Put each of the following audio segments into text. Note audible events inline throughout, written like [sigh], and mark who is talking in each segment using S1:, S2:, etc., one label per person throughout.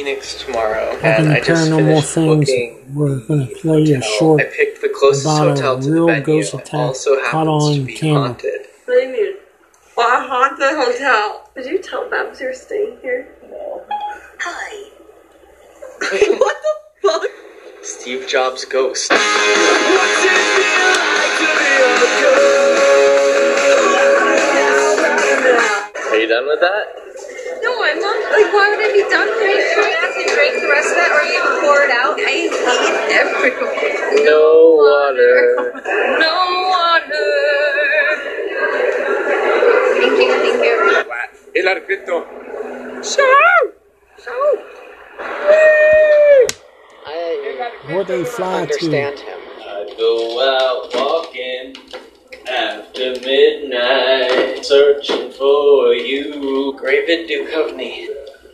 S1: Phoenix tomorrow,
S2: Welcome
S1: and
S2: to
S1: I just
S2: Paranormal
S1: finished
S2: Things.
S1: booking.
S2: We're gonna
S1: the
S2: play a
S1: hotel.
S2: short
S1: I picked the closest
S2: about a
S1: hotel to
S2: real
S1: the venue.
S2: ghost attack
S1: Also
S2: caught
S1: happens to
S2: on
S1: be
S2: camera.
S1: haunted. [laughs]
S3: What do you mean? Well, I haunt the hotel. Did you tell Babs you're staying here?
S4: Hi.
S3: what the fuck?
S1: Steve Jobs ghost. Are you done with that?
S3: No, I'm not. Like, why would I be done for you? Should I have to drink the rest of that or you pour it out? I hate everyone.
S1: No
S3: [laughs]
S1: water.
S3: No water. Thank you, thank you.
S5: El arquitecto.
S6: I
S2: where they fly to.
S6: understand him.
S7: I go out walking after midnight, searching for you.
S1: David Duchovny.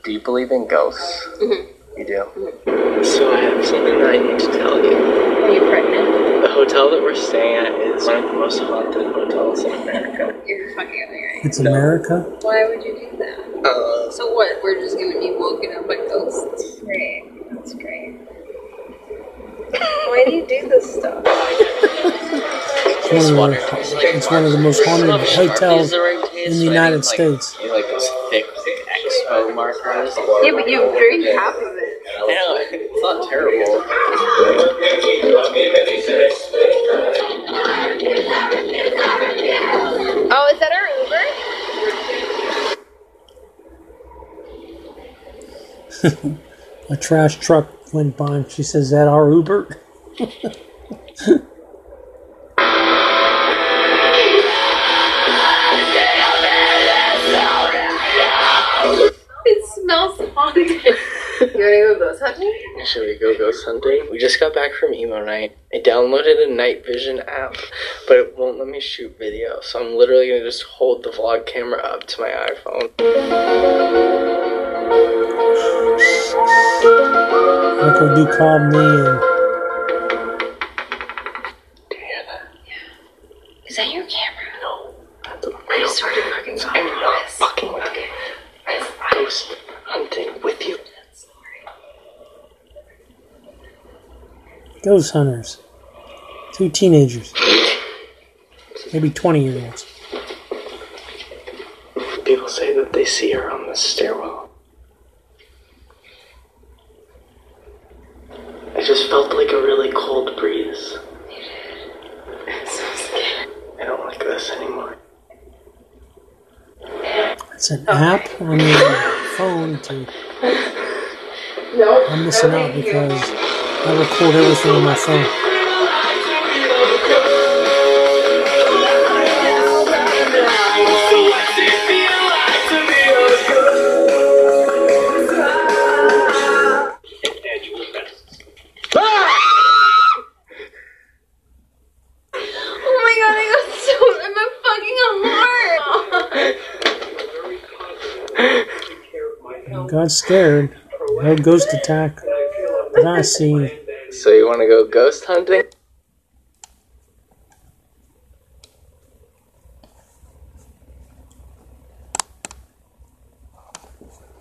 S7: Do you believe in ghosts? You do. Mm-hmm. So I have something that I need to tell you.
S3: Are you pregnant?
S7: The hotel that we're staying at is one of the most haunted hotels in America.
S3: You're fucking out of your head.
S2: It's America.
S3: Why would you do that?
S7: Uh,
S3: So what? We're just gonna be woken up by ghosts. Great. That's great. Why do you do this stuff?
S2: It's one of the, it's one of the most haunted hotels in the United States.
S7: you like those thick expo markers?
S3: Yeah, but you drink half of it.
S7: I know, it's not terrible.
S3: Oh, is that our Uber?
S2: A trash truck went by and she says, "Is that our Uber?
S3: It smells haunted. you wanna go ghost hunting?
S7: Should we go ghost hunting? We just got back from emo night. I downloaded a night vision app, but it won't let me shoot video, so I'm literally gonna just hold the vlog camera up to my iPhone.
S2: Uncle Duke called me and
S3: Is that your camera?
S7: No, that's a real
S3: started fucking
S7: I'm not
S3: this.
S7: fucking with you. I'm ghost hunting with you.
S2: ghost hunters. Two teenagers. Maybe 20 year olds.
S7: People say that they see her on the stairwell. I just felt like a really cold breeze. I don't like this anymore.
S2: It's an app on your phone to. I'm missing out because I record everything on my phone.
S3: Oh my god, I got so I'm a fucking [laughs] alarm.
S2: I got scared. No ghost attack that I see.
S7: So you want to go ghost hunting?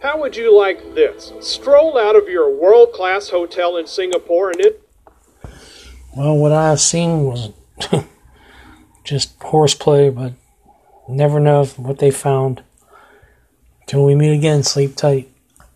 S8: How would you like this? Stroll out of your world class hotel in Singapore and it.
S2: Well, what I've seen was [laughs] just horseplay, but never know if- what they found. Till we meet again, sleep tight.